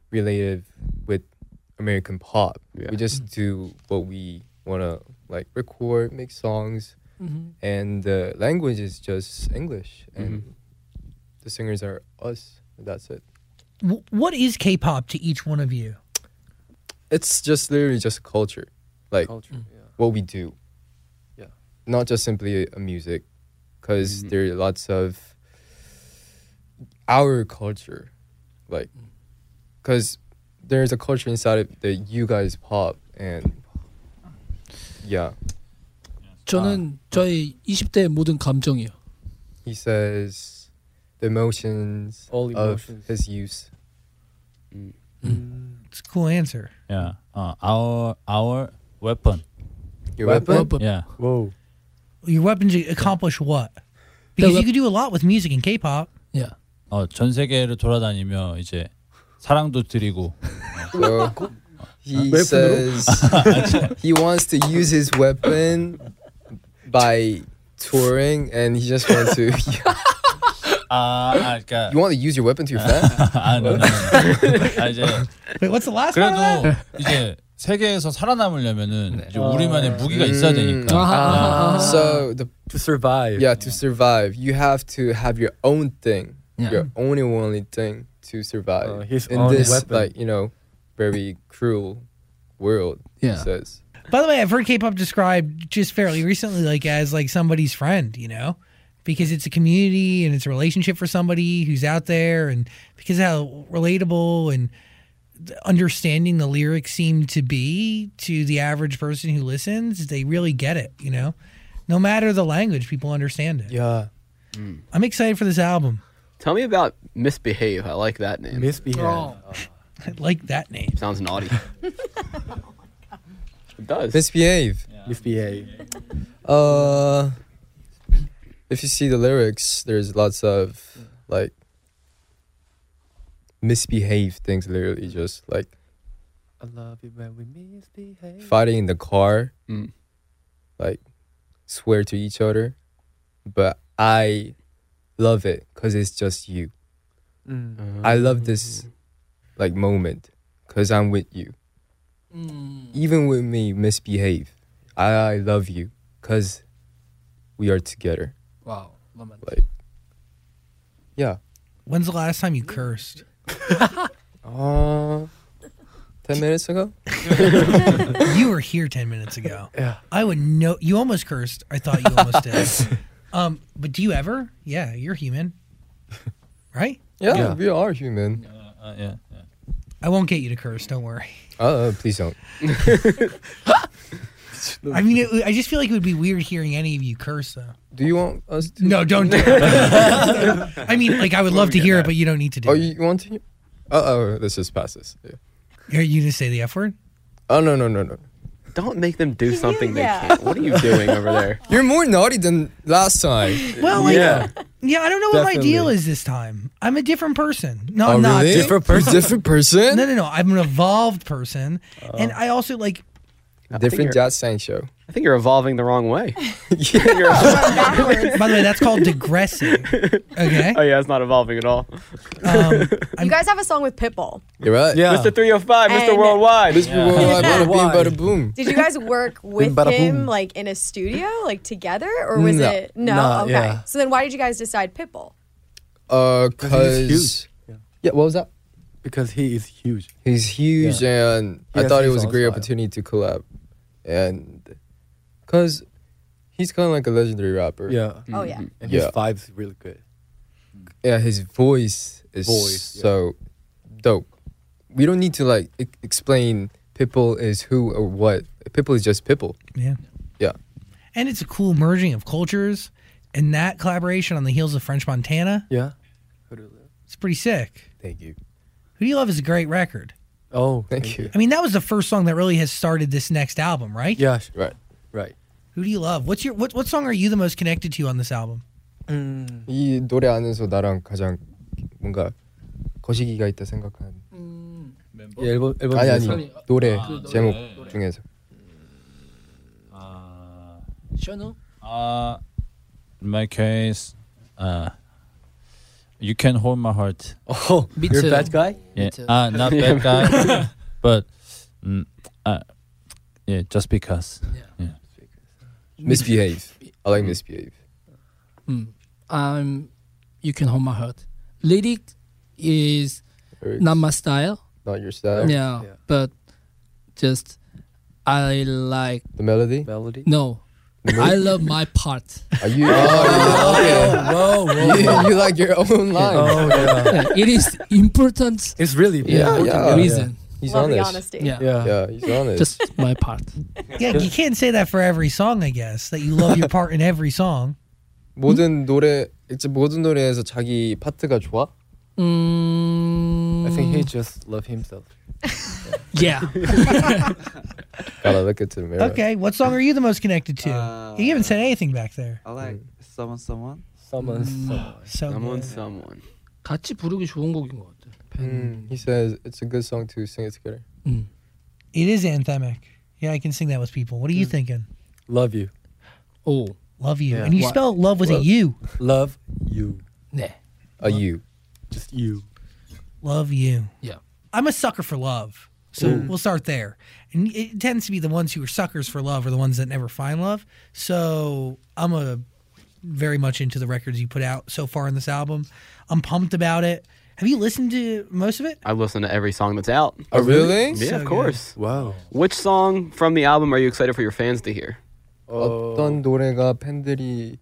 Speaker 4: relative with American pop.
Speaker 7: Yeah.
Speaker 4: We just do what we wanna like record, make songs
Speaker 6: 음.
Speaker 4: and the language is just English, and the singers are us. That's it.
Speaker 3: W- what is K-pop to each one of you?
Speaker 4: It's just literally just culture, like
Speaker 5: Culture. Yeah.
Speaker 4: what we do.
Speaker 5: Yeah. Mm-hmm.
Speaker 4: not just simply a music, because there are lots of our culture, like,
Speaker 5: Mm.
Speaker 4: because there's a culture inside of the you guys pop and yeah.
Speaker 6: 저는 저희 20대 모든 감정이요.
Speaker 4: He says the emotions
Speaker 5: All
Speaker 4: of
Speaker 5: emotions.
Speaker 4: his youth.
Speaker 3: It's a cool answer.
Speaker 8: Yeah. Uh, our our weapon.
Speaker 4: Your
Speaker 5: Weapon?
Speaker 4: weapon?
Speaker 8: Yeah.
Speaker 5: Whoa.
Speaker 3: Your weapons accomplish what? Because you
Speaker 6: wep-
Speaker 3: could do a lot with music and K-pop.
Speaker 6: Yeah.
Speaker 8: 어, 전 세계를 돌아다니며 이제 사랑도 드리고
Speaker 4: So he
Speaker 5: Weapon으로?
Speaker 4: says he wants to use his weapon by touring, and he just wants to.
Speaker 8: 아, 아 그러니까
Speaker 4: you want to use your weapon to your fan?
Speaker 8: 아, no, no, no. 아, 이제
Speaker 3: Wait, what's the last
Speaker 8: 그래도
Speaker 3: part? Of that?
Speaker 8: 이제 세계에서 살아남으려면은 이제 우리만의 무기가 있어야
Speaker 4: 음.
Speaker 8: 되니까.
Speaker 5: Uh-huh.
Speaker 6: 아하.
Speaker 4: So the
Speaker 5: To survive.
Speaker 4: yeah, to survive, you have to have your own thing,
Speaker 6: Yeah.
Speaker 4: your own and only thing to survive
Speaker 5: Uh, his
Speaker 4: in
Speaker 5: own
Speaker 4: this
Speaker 5: weapon.
Speaker 4: like you know very cruel world.
Speaker 6: Yeah.
Speaker 4: He says.
Speaker 3: By the way, I've heard K-pop described just fairly recently, like as like somebody's friend, you know, because it's a community and it's a relationship for somebody who's out there, and because of how relatable and the understanding the lyrics seem to be to the average person who listens, they really get it, you know. No matter the language, people understand it.
Speaker 4: Yeah.
Speaker 3: I'm excited for this album.
Speaker 7: Tell me about Misbehave. I like that name.
Speaker 5: Misbehave.
Speaker 6: 어.
Speaker 3: I like that name.
Speaker 7: Sounds naughty. it does.
Speaker 4: Misbehave.
Speaker 5: Misbehave.
Speaker 4: Uh, if you see the lyrics, there's lots of like misbehave things. Literally, just like
Speaker 5: I love it when we misbehave.
Speaker 4: fighting in the car,
Speaker 7: Mm.
Speaker 4: like swear to each other. But I love it because it's just you.
Speaker 5: Mm.
Speaker 4: I love this like moment because I'm with you.
Speaker 6: 음.
Speaker 4: Even with me, misbehave. I, I love you because we are together.
Speaker 6: 와우. 로맨틱.
Speaker 4: Like, yeah.
Speaker 3: When's the last time you cursed?
Speaker 4: Uh, 10 minutes ago?
Speaker 3: you were here 10 minutes ago.
Speaker 5: Yeah.
Speaker 3: I would know. You almost cursed. I thought you almost did. Um, but do you ever? Yeah, you're human. Right?
Speaker 4: Yeah,
Speaker 5: Yeah.
Speaker 4: we are human.
Speaker 8: 아, 예. 예.
Speaker 3: I won't get you to curse. Don't worry.
Speaker 4: Uh, please don't.
Speaker 3: I mean, it, I just feel like it would be weird hearing any of you curse, though.
Speaker 4: Do you want us to?
Speaker 3: No, don't do it. I mean, like, I would love to hear it, but you don't need to do
Speaker 4: Oh,
Speaker 3: it.
Speaker 4: you you want to? Uh oh, this just passes. Yeah.
Speaker 3: Are you gonna say the F word?
Speaker 4: Oh no no no no.
Speaker 7: Don't make them do something they
Speaker 11: yeah.
Speaker 7: can't. What are you doing over there?
Speaker 4: You're more naughty than last time.
Speaker 3: Well, like,
Speaker 7: Yeah.
Speaker 3: yeah, I don't know what my
Speaker 4: Definitely.
Speaker 3: deal is this time. I'm a different person. No,
Speaker 4: oh,
Speaker 3: I'm not.
Speaker 4: really?
Speaker 5: Different person?
Speaker 4: You're different person.
Speaker 3: No, no, no. I'm an evolved person, and I also like.
Speaker 7: I think
Speaker 4: Different
Speaker 7: you're-
Speaker 4: Jazz Sang show.
Speaker 7: I think you're evolving the wrong way. You're-
Speaker 3: By the way, that's called digressing. Okay.
Speaker 7: oh yeah, it's not evolving at all.
Speaker 3: Um,
Speaker 9: You guys have a song with Pitbull.
Speaker 4: You're right.
Speaker 5: Yeah.
Speaker 7: Mr. 305, Mr.
Speaker 9: And-
Speaker 7: oh Worldwide.
Speaker 4: This people
Speaker 9: Yeah.
Speaker 4: yeah. bada bing, bada boom.
Speaker 9: Did you guys work
Speaker 5: Bim,
Speaker 9: with
Speaker 5: bada
Speaker 9: him
Speaker 5: boom.
Speaker 9: like in a studio, like together, or was
Speaker 4: No.
Speaker 9: it no?
Speaker 5: No,
Speaker 9: okay.
Speaker 5: yeah.
Speaker 9: So then, why did you guys decide Pitbull?
Speaker 4: Uh,
Speaker 5: Because he's
Speaker 4: cause yeah, what was that?
Speaker 5: because he is huge.
Speaker 4: He's huge, and
Speaker 5: He
Speaker 4: I
Speaker 5: has
Speaker 4: thought it
Speaker 5: his
Speaker 4: was a
Speaker 5: own
Speaker 4: great
Speaker 5: style.
Speaker 4: opportunity to collab, and cause he's kind of like a legendary rapper.
Speaker 5: Yeah,
Speaker 9: Oh yeah.
Speaker 5: and
Speaker 4: Mm-hmm. Yeah.
Speaker 5: his vibe's really good.
Speaker 4: yeah, his voice is
Speaker 5: Voice, yeah.
Speaker 4: so dope. We don't need to like e- explain Pitbull is who or what. Pitbull is just Pitbull.
Speaker 3: yeah.
Speaker 4: Yeah.
Speaker 3: And it's a cool merging of cultures, and that collaboration on the heels of French Montana,
Speaker 5: Yeah.
Speaker 3: it's pretty sick.
Speaker 4: Thank you.
Speaker 3: Who Do You Love is a great record.
Speaker 5: Oh,
Speaker 4: Thank you.
Speaker 3: I mean, that was the first song that really has started this next album, right?
Speaker 5: Yeah, sh-
Speaker 4: Right.
Speaker 5: right.
Speaker 3: Who do you love? What's your what, what song are you the most connected to on this album?
Speaker 4: 이 노래 안에서 나랑 가장 뭔가 거시기가 있다 생각한
Speaker 8: 멤버?
Speaker 5: 이 앨범 앨범
Speaker 4: 아니
Speaker 5: 중에서.
Speaker 4: 아니
Speaker 6: 사람이-
Speaker 4: 노래
Speaker 6: 그 노래,
Speaker 4: 제목
Speaker 8: 노래.
Speaker 4: 중에서
Speaker 8: 아,
Speaker 6: 셔노?
Speaker 8: 아, in my case, uh, you can hold my heart.
Speaker 5: Oh,
Speaker 6: Me
Speaker 5: you're
Speaker 6: too.
Speaker 5: a bad guy.
Speaker 8: Yeah,
Speaker 6: too.
Speaker 8: uh, not that guy, but mm, uh, yeah, just because.
Speaker 4: Misbehave. I like Misbehave.
Speaker 6: 음. I'm you can hold my heart. Lyric is
Speaker 4: Or
Speaker 6: not my style.
Speaker 4: not your style.
Speaker 6: Yeah,
Speaker 5: Yeah.
Speaker 6: but just I like
Speaker 4: The melody.
Speaker 5: Melody.
Speaker 6: no. I love my part.
Speaker 4: Are you? Oh,
Speaker 5: Whoa, whoa.
Speaker 4: you, you like your own line.
Speaker 5: Oh yeah.
Speaker 6: it is important
Speaker 5: It's really
Speaker 4: Yeah, yeah.
Speaker 6: reason.
Speaker 4: He's
Speaker 9: Love the
Speaker 4: honest.
Speaker 9: honesty.
Speaker 6: Yeah.
Speaker 5: Yeah.
Speaker 4: Oh, Yeah, he's honest.
Speaker 6: just my part.
Speaker 3: Yeah, you can't say that for every song, I guess. That you love your part in every song.
Speaker 6: 음?
Speaker 4: 모든 노래 이제 모든 노래에서 자기 파트가 좋아?
Speaker 6: Mm,
Speaker 5: I think he just love himself.
Speaker 6: yeah.
Speaker 4: Gotta look into the mirror.
Speaker 3: Okay, what song are you the most connected to?
Speaker 10: Uh,
Speaker 3: you haven't said anything back there.
Speaker 10: I like someone, someone.
Speaker 5: Someone. someone.
Speaker 6: Mm.
Speaker 3: So
Speaker 7: Someone,
Speaker 3: good.
Speaker 7: someone.
Speaker 6: 같이 부르기 좋은 곡인 것 같아.
Speaker 4: Mm, he says it's a good song to sing it together.
Speaker 6: 음.
Speaker 3: it is anthemic. Yeah, I can sing that with people. What are you thinking?
Speaker 5: Love you.
Speaker 6: 오.
Speaker 3: Love you.
Speaker 5: Yeah.
Speaker 3: And you
Speaker 5: What-
Speaker 3: spell love with a
Speaker 5: what-
Speaker 3: U.
Speaker 5: Love you.
Speaker 6: 네.
Speaker 4: A you.
Speaker 5: Just you.
Speaker 3: Love you.
Speaker 6: Yeah.
Speaker 3: I'm a sucker for love. So we'll start there. And it tends to be the ones who are suckers for love are the ones that never find love. So I'm a very much into the records you put out so far in this album. I'm pumped about it. Have you listened to most of it?
Speaker 7: I listen to every song that's out.
Speaker 4: Oh, really?
Speaker 7: Yeah,
Speaker 3: So
Speaker 7: of
Speaker 3: good.
Speaker 7: course.
Speaker 5: Wow.
Speaker 7: Which song from the album are you excited for your fans to hear?
Speaker 5: Oh,
Speaker 4: 어떤 노래가 팬들이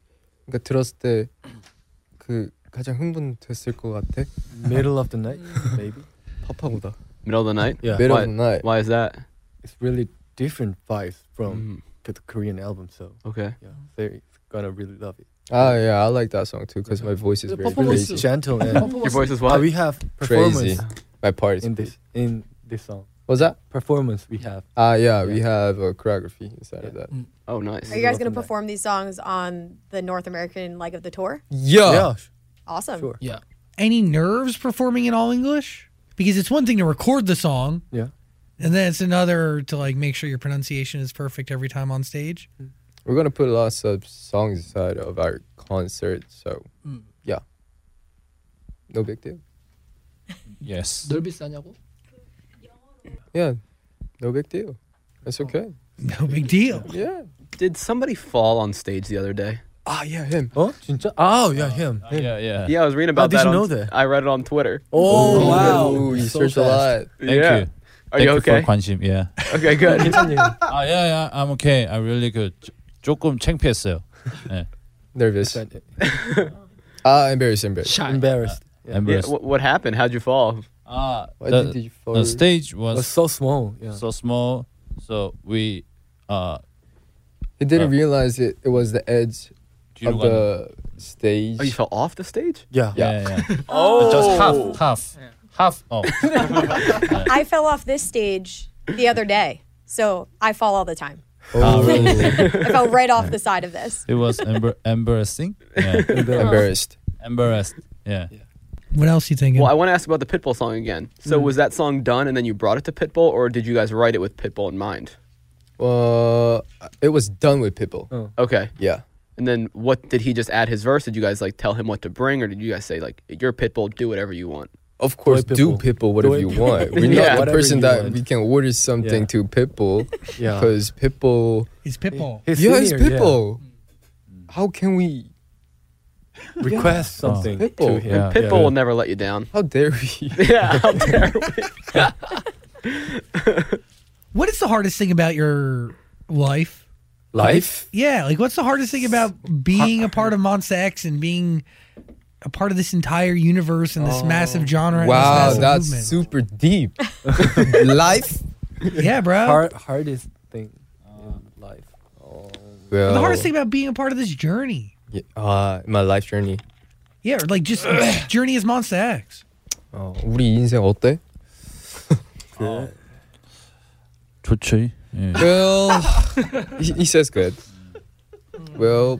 Speaker 4: 그러니까 들었을 때 그 가장 흥분됐을 것 같아?
Speaker 5: Middle of the night, maybe.
Speaker 4: 파파보다.
Speaker 7: Middle of the night.
Speaker 5: Yeah.
Speaker 4: Middle
Speaker 7: why,
Speaker 4: of the night.
Speaker 7: Why is that? Mm-hmm.
Speaker 5: It's really different vibes from
Speaker 4: Mm-hmm.
Speaker 5: the Korean album, so
Speaker 7: Okay.
Speaker 5: yeah,
Speaker 6: Mm.
Speaker 5: they're gonna really love it.
Speaker 4: Ah, yeah, I like that song too because my voice is
Speaker 6: The
Speaker 4: very
Speaker 5: Really
Speaker 6: performance-
Speaker 4: crazy.
Speaker 5: gentle and
Speaker 7: Your voice is
Speaker 5: uh,
Speaker 7: what?
Speaker 5: we have performance
Speaker 4: Crazy. My part is
Speaker 5: in this in this song.
Speaker 4: What's that?
Speaker 5: Performance we have.
Speaker 4: Ah, yeah, we have a choreography inside of that.
Speaker 7: oh, nice.
Speaker 9: Are you guys gonna
Speaker 5: Love the night.
Speaker 9: perform these songs on the North American leg of the tour?
Speaker 4: Yeah.
Speaker 5: Yeah.
Speaker 9: Awesome.
Speaker 5: Sure.
Speaker 6: Yeah.
Speaker 3: Any nerves performing in all English? Because it's one thing to record the song
Speaker 5: Yeah.
Speaker 3: and then it's another to like make sure your pronunciation is perfect every time on stage.
Speaker 4: We're gonna put lots of songs inside of our concert, so yeah, no big deal.
Speaker 8: Yes.
Speaker 6: 널 비싸냐고?
Speaker 4: Yeah, no big deal. It's okay.
Speaker 3: No big deal.
Speaker 4: Yeah.
Speaker 7: Did somebody fall on stage the other day?
Speaker 4: Ah, yeah, him.
Speaker 5: Oh, 진짜? Oh, yeah, him. him.
Speaker 8: Yeah, yeah.
Speaker 7: Yeah, I was reading about
Speaker 5: didn't
Speaker 7: that. on-
Speaker 5: know that.
Speaker 7: I read it on Twitter.
Speaker 5: Oh,
Speaker 4: Ooh,
Speaker 5: wow.
Speaker 4: you
Speaker 5: So
Speaker 4: search
Speaker 5: fast.
Speaker 4: a lot.
Speaker 8: Thank
Speaker 7: yeah.
Speaker 8: you.
Speaker 7: Are
Speaker 8: Thank
Speaker 7: you okay? Ah.
Speaker 8: for 관심. Yeah.
Speaker 7: okay, good.
Speaker 8: 아, yeah, yeah. I'm okay. I really good. 조- 조금 창피했어요.
Speaker 4: Nervous. Ah, embarrassed, embarrassed.
Speaker 6: 샤.
Speaker 5: Embarrassed. Yeah.
Speaker 7: Yeah,
Speaker 8: Embarrassed.
Speaker 7: what, what happened? How'd you fall?
Speaker 8: Ah,
Speaker 4: Why
Speaker 8: the-
Speaker 4: did you fall?
Speaker 8: the stage
Speaker 5: It was
Speaker 8: was
Speaker 5: so small. Yeah.
Speaker 8: so small, so we uh
Speaker 4: He didn't
Speaker 8: Uh.
Speaker 4: realize it. It was the edge of
Speaker 8: 뒤로 가는-
Speaker 4: the stage.
Speaker 7: Oh, you fell off the stage?
Speaker 5: yeah.
Speaker 8: yeah, yeah.
Speaker 7: Oh,
Speaker 8: just half, half, half. oh. 어.
Speaker 9: I fell off this stage the other day, so I fall all the time.
Speaker 5: Oh.
Speaker 8: 아,
Speaker 9: I fell right off the side of this.
Speaker 8: It was embar- embarrassing. Yeah.
Speaker 4: Embarrassed.
Speaker 8: Embarrassed. Yeah.
Speaker 3: What else you thinking?
Speaker 7: Well, I want to ask about the Pitbull song again. So was that song done and then you brought it to Pitbull, or did you guys write it with Pitbull in mind?
Speaker 4: Well, it was done with Pitbull.
Speaker 7: Okay.
Speaker 4: Yeah.
Speaker 7: And then what did he just add his verse? Did you guys like tell him what to bring, or did you guys say like you're Pitbull, do whatever you want?
Speaker 4: Of course,
Speaker 5: Pitbull.
Speaker 4: do Pitbull whatever
Speaker 5: Do it.
Speaker 4: you want. We're
Speaker 7: Yeah.
Speaker 5: Whatever
Speaker 4: not the person
Speaker 5: you
Speaker 4: that
Speaker 5: want.
Speaker 4: we can order something
Speaker 5: Yeah.
Speaker 4: to Pitbull
Speaker 5: Yeah.
Speaker 4: because Pitbull.
Speaker 3: It's Pitbull.
Speaker 5: His
Speaker 4: Yeah,
Speaker 5: senior,
Speaker 4: it's
Speaker 5: yeah.
Speaker 4: Pitbull. How can we?
Speaker 5: Request
Speaker 8: Oh.
Speaker 5: something. to
Speaker 4: Pitbull.
Speaker 5: him.
Speaker 7: Pitbull will never let you down.
Speaker 4: How dare we?
Speaker 7: yeah, how dare we?
Speaker 3: What is the hardest thing about your life?
Speaker 4: Life?
Speaker 3: Yeah, like what's the hardest thing about being a part of Monsta X and being a part of this entire universe and this massive genre? and
Speaker 4: Oh. Wow,
Speaker 3: this massive
Speaker 4: that's
Speaker 3: movement?
Speaker 4: super deep. Life?
Speaker 3: yeah, bro.
Speaker 5: Hard, hardest thing in life.
Speaker 4: Well,
Speaker 3: The hardest thing about being a part of this journey.
Speaker 4: Yeah, uh, my life journey.
Speaker 3: Yeah, or like just journey as Monsta X.
Speaker 4: 어, Uh, 우리 인생 어때?
Speaker 8: 좋지. 예.
Speaker 4: Well, he, he says good. Well,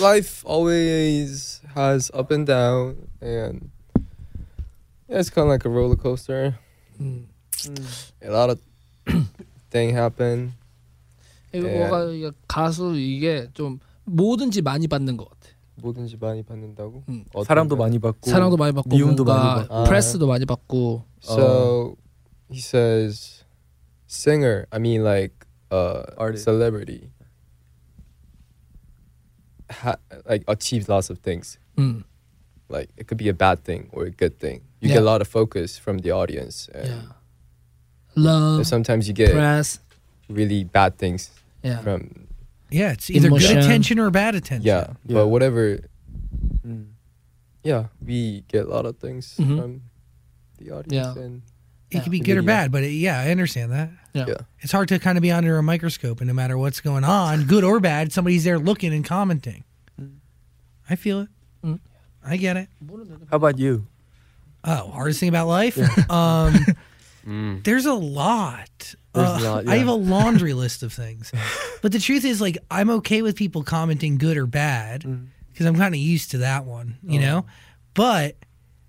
Speaker 4: life always has up and down, and yeah, it's kind of like a roller coaster. A lot of thing happen.
Speaker 6: 이거
Speaker 4: 예.
Speaker 6: 뭐가 이게 가수 이게 좀 뭐든지 많이 받는 것 같아.
Speaker 4: 뭐든지 많이 받는다고.
Speaker 6: 음.
Speaker 4: 어떤
Speaker 5: 사랑도
Speaker 4: 거?
Speaker 5: 많이 받고.
Speaker 6: 사랑도 많이 받고,
Speaker 5: 미움도
Speaker 6: 뭔가
Speaker 5: 많이
Speaker 4: 받고.
Speaker 6: 프레스도 많이 받고.
Speaker 4: So he says, singer. I mean, like uh,
Speaker 5: Artist.
Speaker 4: celebrity. Ha- like achieves lots of things.
Speaker 6: 음,
Speaker 4: like it could be a bad thing or a good thing. You get
Speaker 6: Yeah.
Speaker 4: a lot of focus from the audience. And
Speaker 6: yeah. Love,
Speaker 4: Sometimes you get
Speaker 6: press,
Speaker 4: really bad things
Speaker 6: yeah.
Speaker 4: from
Speaker 3: Yeah, it's either
Speaker 6: Emotion.
Speaker 3: good attention or bad attention.
Speaker 4: yeah,
Speaker 5: Yeah. Mm.
Speaker 4: but whatever.
Speaker 5: 음.
Speaker 4: Yeah, we get a lot of things
Speaker 6: Mhm.
Speaker 4: from the audience.
Speaker 6: Yeah.
Speaker 4: And
Speaker 3: It could be
Speaker 4: Yeah.
Speaker 3: good or
Speaker 4: Media.
Speaker 3: bad, but it, yeah, I understand that.
Speaker 6: Yeah.
Speaker 4: Yeah.
Speaker 3: It's hard to kind of be under a microscope, and no matter what's going on, good or bad, somebody's there looking and commenting. I feel it.
Speaker 6: Mm.
Speaker 3: I get it.
Speaker 5: How about you?
Speaker 3: Oh, hardest thing about life? Um, There's a lot.
Speaker 5: Mm. There's a
Speaker 3: Uh,
Speaker 5: lot,
Speaker 3: I
Speaker 5: yeah.
Speaker 3: have a laundry list of things. But the truth is, like, I'm okay with people commenting good or bad
Speaker 5: Mm.
Speaker 3: because I'm kind of used to that one, you
Speaker 5: Oh,
Speaker 3: know? But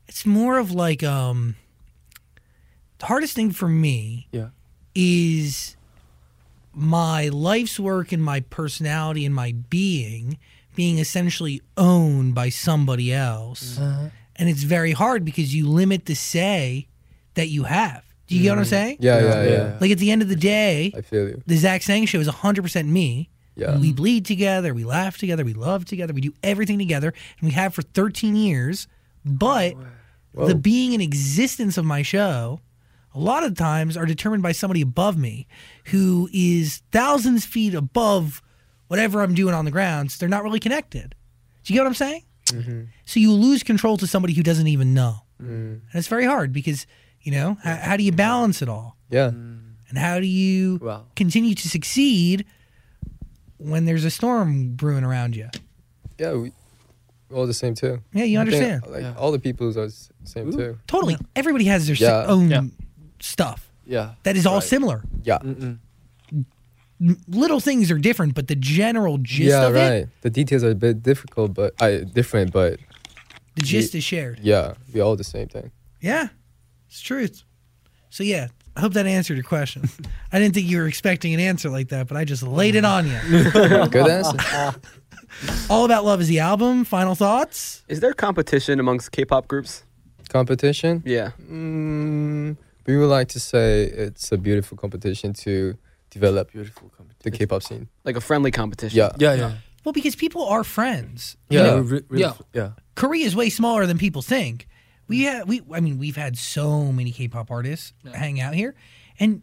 Speaker 3: it's more of like, um, the hardest thing for me
Speaker 5: Yeah.
Speaker 3: is my life's work and my personality and my being being essentially owned by somebody else. And it's very hard because you limit the say that you have. Do you get what I'm saying?
Speaker 4: yeah, yeah, yeah,
Speaker 3: Like at the end of the day,
Speaker 4: I feel you.
Speaker 3: the Zach Sang show is 100% me.
Speaker 4: Yeah.
Speaker 3: We bleed together, we laugh together, we love together, we do everything together, and we have for 13 years. But the being and existence of my show, a lot of times, are determined by somebody above me who is thousands feet above whatever I'm doing on the ground. So they're not really connected. Do you get what I'm saying? So you lose control to somebody who doesn't even know. And it's very hard because, you know, how, how do you balance it all?
Speaker 4: Yeah.
Speaker 5: Mm.
Speaker 3: And how do you
Speaker 5: Wow.
Speaker 3: continue to succeed when there's a storm brewing around you?
Speaker 4: Yeah, we we're all the same too.
Speaker 3: Yeah, you
Speaker 4: I think,
Speaker 3: understand.
Speaker 4: like all the people are s- same too.
Speaker 3: Totally. Everybody has their
Speaker 4: Yeah.
Speaker 3: s- own
Speaker 8: Yeah.
Speaker 3: stuff
Speaker 5: Yeah.
Speaker 3: that is all similar.
Speaker 4: Yeah.
Speaker 3: Little things are different, but the general gist
Speaker 4: Yeah,
Speaker 3: of
Speaker 4: right.
Speaker 3: it,
Speaker 4: The details are a bit difficult, but I different, but
Speaker 3: the gist is shared.
Speaker 4: yeah, we all the same thing.
Speaker 3: Yeah, it's truth. So, yeah, I hope that answered your question. I didn't think you were expecting an answer like that, but I just laid it on you.
Speaker 4: Good answer.
Speaker 3: all About Love is the album. Final thoughts?
Speaker 7: Is there competition amongst K-pop groups?
Speaker 4: Competition.
Speaker 7: Yeah.
Speaker 4: Mm, we would like to say it's a beautiful competition to develop
Speaker 5: Beautiful company.
Speaker 4: the K-pop scene.
Speaker 7: Like a friendly competition.
Speaker 4: Yeah,
Speaker 5: Yeah, yeah.
Speaker 3: Well, because people are friends.
Speaker 5: Yeah.
Speaker 4: Yeah.
Speaker 5: re- really
Speaker 6: Yeah.
Speaker 5: f- yeah.
Speaker 3: Korea is way smaller than people think. We ha- we I mean we've had so many K-pop artists hang out here, and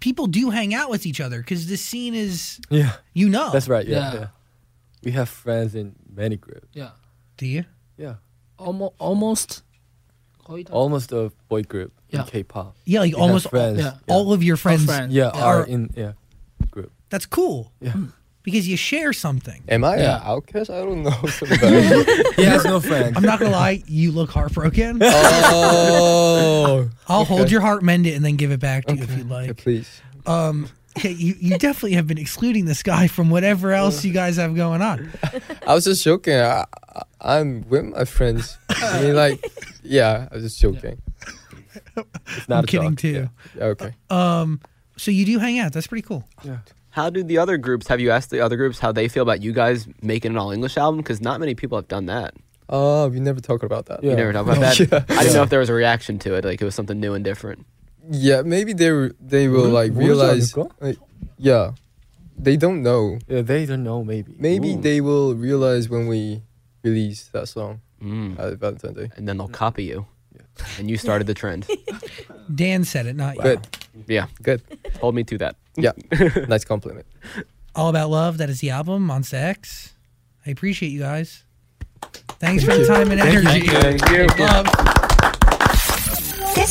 Speaker 3: people do hang out with each other because the scene is
Speaker 5: Yeah.
Speaker 3: you know
Speaker 5: That's right. Yeah,
Speaker 6: Yeah.
Speaker 5: yeah. We have friends in many groups.
Speaker 6: yeah.
Speaker 3: do you
Speaker 5: Yeah.
Speaker 6: 어머, almost 거의 다.
Speaker 5: Almost a boy group
Speaker 6: Yeah.
Speaker 5: in K-pop.
Speaker 3: yeah like
Speaker 5: We have
Speaker 3: almost all,
Speaker 5: friends.
Speaker 6: yeah.
Speaker 3: all of your friends Hmm.
Speaker 6: friends.
Speaker 5: Yeah,
Speaker 3: Are-
Speaker 5: are in yeah.
Speaker 3: that's cool
Speaker 5: Yeah.
Speaker 3: because you share something.
Speaker 4: Am I
Speaker 6: Yeah.
Speaker 4: an outcast? I don't know. Sometimes.
Speaker 5: He has no friends.
Speaker 3: I'm not gonna lie, you look heartbroken.
Speaker 4: oh,
Speaker 3: I'll hold your heart, mend it, and then give it back to you if you'd
Speaker 4: Yeah,
Speaker 3: like.
Speaker 4: please.
Speaker 3: Um, okay, you, you definitely have been excluding this guy from whatever else you guys have going on.
Speaker 4: I was just joking. I, I, I'm with my friends. I mean, like, yeah, I was just joking.
Speaker 5: It's not
Speaker 3: I'm
Speaker 5: a
Speaker 3: kidding
Speaker 5: joke.
Speaker 3: too.
Speaker 4: Okay.
Speaker 3: Um, so you do hang out. That's pretty cool.
Speaker 7: How do the other groups? Have you asked the other groups how they feel about you guys making an all English album? Because not many people have done that.
Speaker 4: Oh, we never talk about that.
Speaker 5: Yeah.
Speaker 7: You never talk about that. I didn't know if there was a reaction to it. Like it was something new and different.
Speaker 4: Yeah, maybe they were- they will
Speaker 5: 모르-
Speaker 4: like
Speaker 5: 모르지
Speaker 4: realize.
Speaker 5: 않을까?
Speaker 4: like, yeah, they don't know.
Speaker 5: Yeah, Uh, they don't know. Maybe.
Speaker 4: Maybe
Speaker 5: Ooh.
Speaker 4: they will realize when we release that song
Speaker 7: Mm.
Speaker 4: at Valentine's Day.
Speaker 7: And then they'll copy you. And you started the trend.
Speaker 3: Dan said it, not you.
Speaker 4: Good,
Speaker 7: Yeah,
Speaker 4: good.
Speaker 7: hold me to that.
Speaker 4: Yeah, nice compliment.
Speaker 3: All About Love, that is the album, Monsta X. I appreciate you guys. Thanks for the time and energy. Love.
Speaker 2: This